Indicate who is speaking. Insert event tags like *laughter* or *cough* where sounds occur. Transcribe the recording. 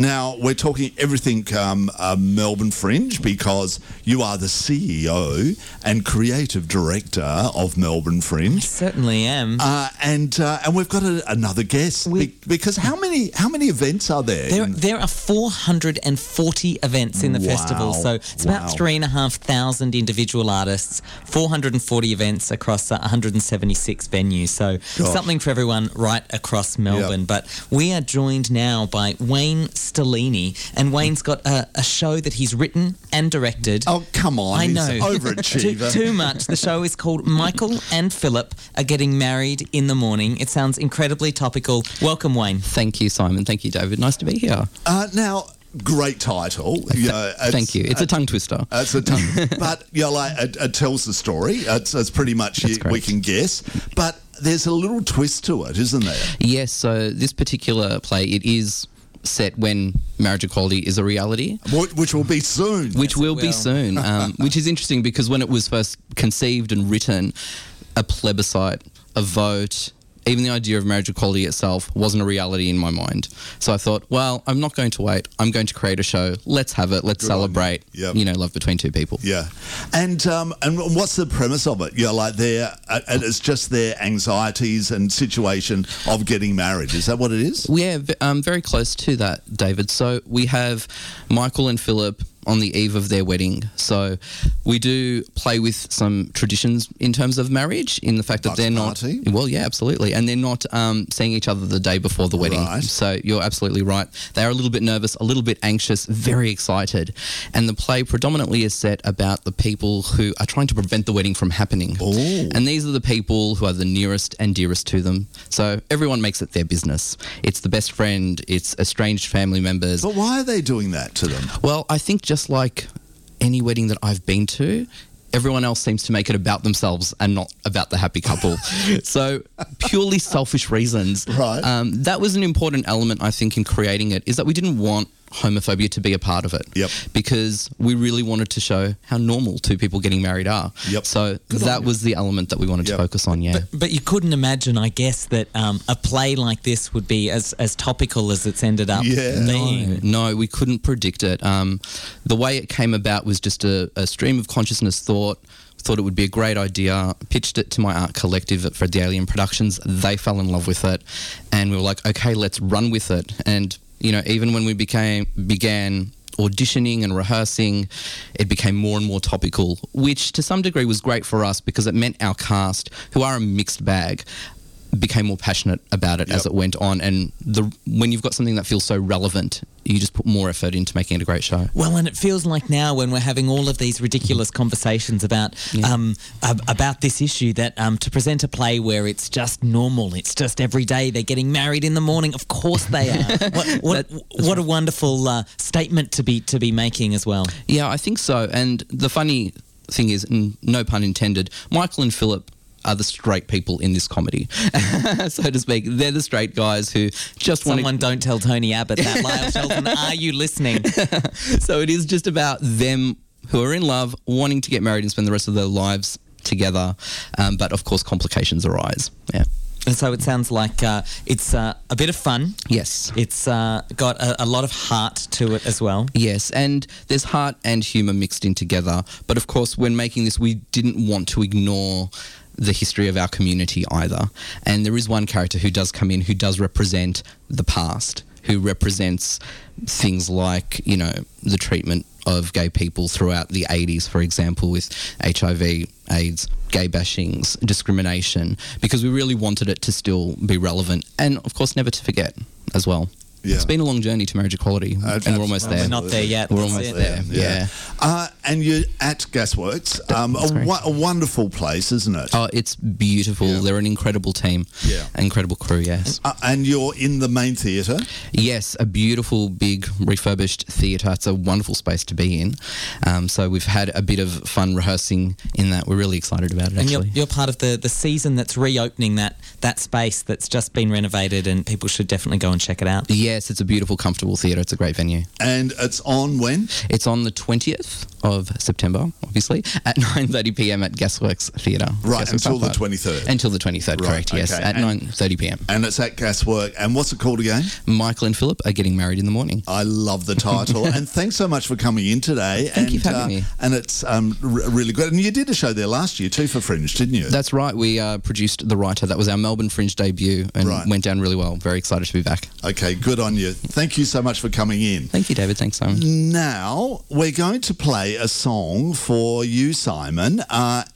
Speaker 1: Now, we're talking everything um, uh, Melbourne Fringe because you are the CEO and creative director of Melbourne Fringe.
Speaker 2: Certainly am.
Speaker 1: Uh, and uh, and we've got a, another guest
Speaker 2: We-
Speaker 1: Be- because how many how many events are there?
Speaker 2: There,
Speaker 1: in-
Speaker 2: there are 440 events in the festival,
Speaker 1: Wow.
Speaker 2: so it's
Speaker 1: Wow.
Speaker 2: about three and a half thousand individual artists, 440 events across uh, 176 venues. So
Speaker 1: Gosh.
Speaker 2: something for everyone right across Melbourne. But we are joined now by Wayne Stellini, and Wayne's got a, a show that he's written and directed.
Speaker 1: oh come on!
Speaker 2: I
Speaker 1: he's
Speaker 2: know. *laughs*
Speaker 1: overachiever.
Speaker 2: too, too much. The show is called Michael and Philip Are Getting Married in the Morning. It sounds incredibly topical. Welcome, Wayne.
Speaker 3: Thank you, Simon. Thank you, David. Nice to be here.
Speaker 1: Uh, now, great title. You know, it's- uh,
Speaker 3: Thank you. It's a tongue twister.
Speaker 1: It's a ton, but you know, like it, it tells the story. It's, it's pretty much
Speaker 3: That's
Speaker 1: you- we
Speaker 3: correct.
Speaker 1: can guess, but there's a little twist to it, isn't there?
Speaker 3: yes, so this particular play, it is set when marriage equality is a reality.
Speaker 1: Wh- Which will be soon.
Speaker 3: which
Speaker 2: Yes, it
Speaker 3: will,
Speaker 2: will.
Speaker 3: be *laughs* soon. Um, which is interesting because when it was first conceived and written, a plebiscite, a vote, even the idea of marriage equality itself wasn't a reality in my mind. So I thought, well, I'm not going to wait. I'm going to create a show. Let's have it. Let's
Speaker 1: Good on you.
Speaker 3: celebrate.
Speaker 1: Yep.
Speaker 3: You know, love between two people.
Speaker 1: Yeah, and um, and what's the premise of it? You know, like their uh, and it's just their anxieties and situation of getting married. Is that what it is?
Speaker 3: Yeah, v- um, very close to that, David. So we have Michael and Philip on the eve of their wedding. So we do play with some traditions in terms of marriage, in the fact that
Speaker 1: Like
Speaker 3: they're
Speaker 1: a
Speaker 3: not.
Speaker 1: party?
Speaker 3: Well, yeah, absolutely, and they're not um, seeing each other the day before the wedding.
Speaker 1: Right.
Speaker 3: So you're absolutely right. They are a little bit nervous, a little bit anxious, very excited, and the play predominantly is set about the people who are trying to prevent the wedding from happening.
Speaker 1: Oh.
Speaker 3: And these are the people who are the nearest and dearest to them. So everyone makes it their business. It's the best friend, it's estranged family members.
Speaker 1: But why are they doing that to them?
Speaker 3: Well, I think just like any wedding that I've been to, everyone else seems to make it about themselves and not about the happy
Speaker 1: *laughs*
Speaker 3: couple. so purely selfish reasons.
Speaker 1: Right.
Speaker 3: Um, that was an important element, I think, in creating it, is that we didn't want homophobia to be a part of it.
Speaker 1: Yep.
Speaker 3: Because we really wanted to show how normal two people getting married are.
Speaker 1: Yep.
Speaker 3: So
Speaker 1: Good on
Speaker 3: that
Speaker 1: you.
Speaker 3: was the element that we wanted
Speaker 1: Yep.
Speaker 3: to focus on, yeah.
Speaker 2: But you couldn't imagine, I guess, that um, a play like this would be as, as topical as it's ended up
Speaker 1: Yeah.
Speaker 2: being.
Speaker 3: No, we couldn't predict it. Um, the way it came about was just a, a stream of consciousness thought. Thought it would be a great idea. Pitched it to my art collective at Fred the Alien Productions. They fell in love with it, and we were like, okay, let's run with it. And you know, even when we became began auditioning and rehearsing, it became more and more topical, which to some degree was great for us because it meant our cast, who are a mixed bag, became more passionate about it as
Speaker 1: Yep.
Speaker 3: it went on. And the when you've got something that feels so relevant, you just put more effort into making it a great show.
Speaker 2: Well, and it feels like now when we're having all of these ridiculous conversations about um, ab- about this issue that um, to present a play where it's just normal, it's just every day they're getting married in the morning. Of course they
Speaker 3: *laughs*
Speaker 2: are. what what, what a wonderful uh, statement to be to be making as well.
Speaker 3: Yeah, I think so. And the funny thing is, n- no pun intended, Michael and Philip are the straight people in this comedy, *laughs* so to speak. They're the straight guys who just want
Speaker 2: Someone don't tell Tony Abbott that. Lyle Shelton, are you listening?
Speaker 3: *laughs* so it is just about them who are in love, wanting to get married and spend the rest of their lives together. Um, but of course, complications arise. Yeah.
Speaker 2: And so it sounds like uh, it's uh, a bit of fun.
Speaker 3: Yes.
Speaker 2: It's uh, got a, a lot of heart to it as well.
Speaker 3: Yes, and there's heart and humour mixed in together. But of course, when making this, we didn't want to ignore the history of our community either. And there is one character who does come in who does represent the past, who represents things like, you know, the treatment of gay people throughout the 80s, for example, with HIV, AIDS, gay bashings, discrimination, because we really wanted it to still be relevant and, of course, never to forget as well.
Speaker 1: Yeah.
Speaker 3: It's been a long journey to marriage equality,
Speaker 1: Uh,
Speaker 3: and we're almost
Speaker 2: Well,
Speaker 3: there.
Speaker 2: we're not there yet.
Speaker 3: We're
Speaker 2: That's
Speaker 3: almost
Speaker 2: it.
Speaker 3: there. Yeah.
Speaker 1: Uh, and you're at Gasworks, um, a,
Speaker 3: correct.
Speaker 1: wo- a wonderful place, isn't it?
Speaker 3: Oh, it's beautiful.
Speaker 1: Yeah.
Speaker 3: They're an incredible team.
Speaker 1: Yeah.
Speaker 3: Incredible crew, yes.
Speaker 1: Uh, and you're in the main theatre.
Speaker 3: Yes, a beautiful, big, refurbished theatre. It's a wonderful space to be in. Um, so we've had a bit of fun rehearsing in that. We're really excited about it,
Speaker 2: And you're,
Speaker 3: actually.
Speaker 2: you're part of the, the season that's reopening that, that space that's just been renovated, and people should definitely go and check it out.
Speaker 3: Yes, it's a beautiful, comfortable theatre. It's a great venue.
Speaker 1: And it's on when?
Speaker 3: It's on the 20th of September, obviously, at *laughs* 9:30 p.m. at Gasworks Theatre.
Speaker 1: Right,
Speaker 3: Gasworks
Speaker 1: until the
Speaker 3: Park.
Speaker 1: 23rd.
Speaker 3: Until the 23rd,
Speaker 1: Right,
Speaker 3: correct? Yes,
Speaker 1: okay.
Speaker 3: at
Speaker 1: And-
Speaker 3: 9:30 p.m.
Speaker 1: And it's at Gaswork. And what's it called again?
Speaker 3: Michael and Philip are getting married in the morning.
Speaker 1: I love the
Speaker 3: *laughs*
Speaker 1: title. and thanks so much for coming in today.
Speaker 3: Thank
Speaker 1: and,
Speaker 3: you for having
Speaker 1: uh,
Speaker 3: me.
Speaker 1: And it's um, r- really great. And you did a show there last year too for Fringe, didn't you?
Speaker 3: That's right. We uh, produced The Writer. That was our Melbourne Fringe debut and
Speaker 1: Right.
Speaker 3: went down really well. Very excited to be back.
Speaker 1: okay, good on you. Thank you so much for coming in.
Speaker 3: Thank you, David. Thanks, Simon.
Speaker 1: Now we're going to play a song for you, Simon, uh,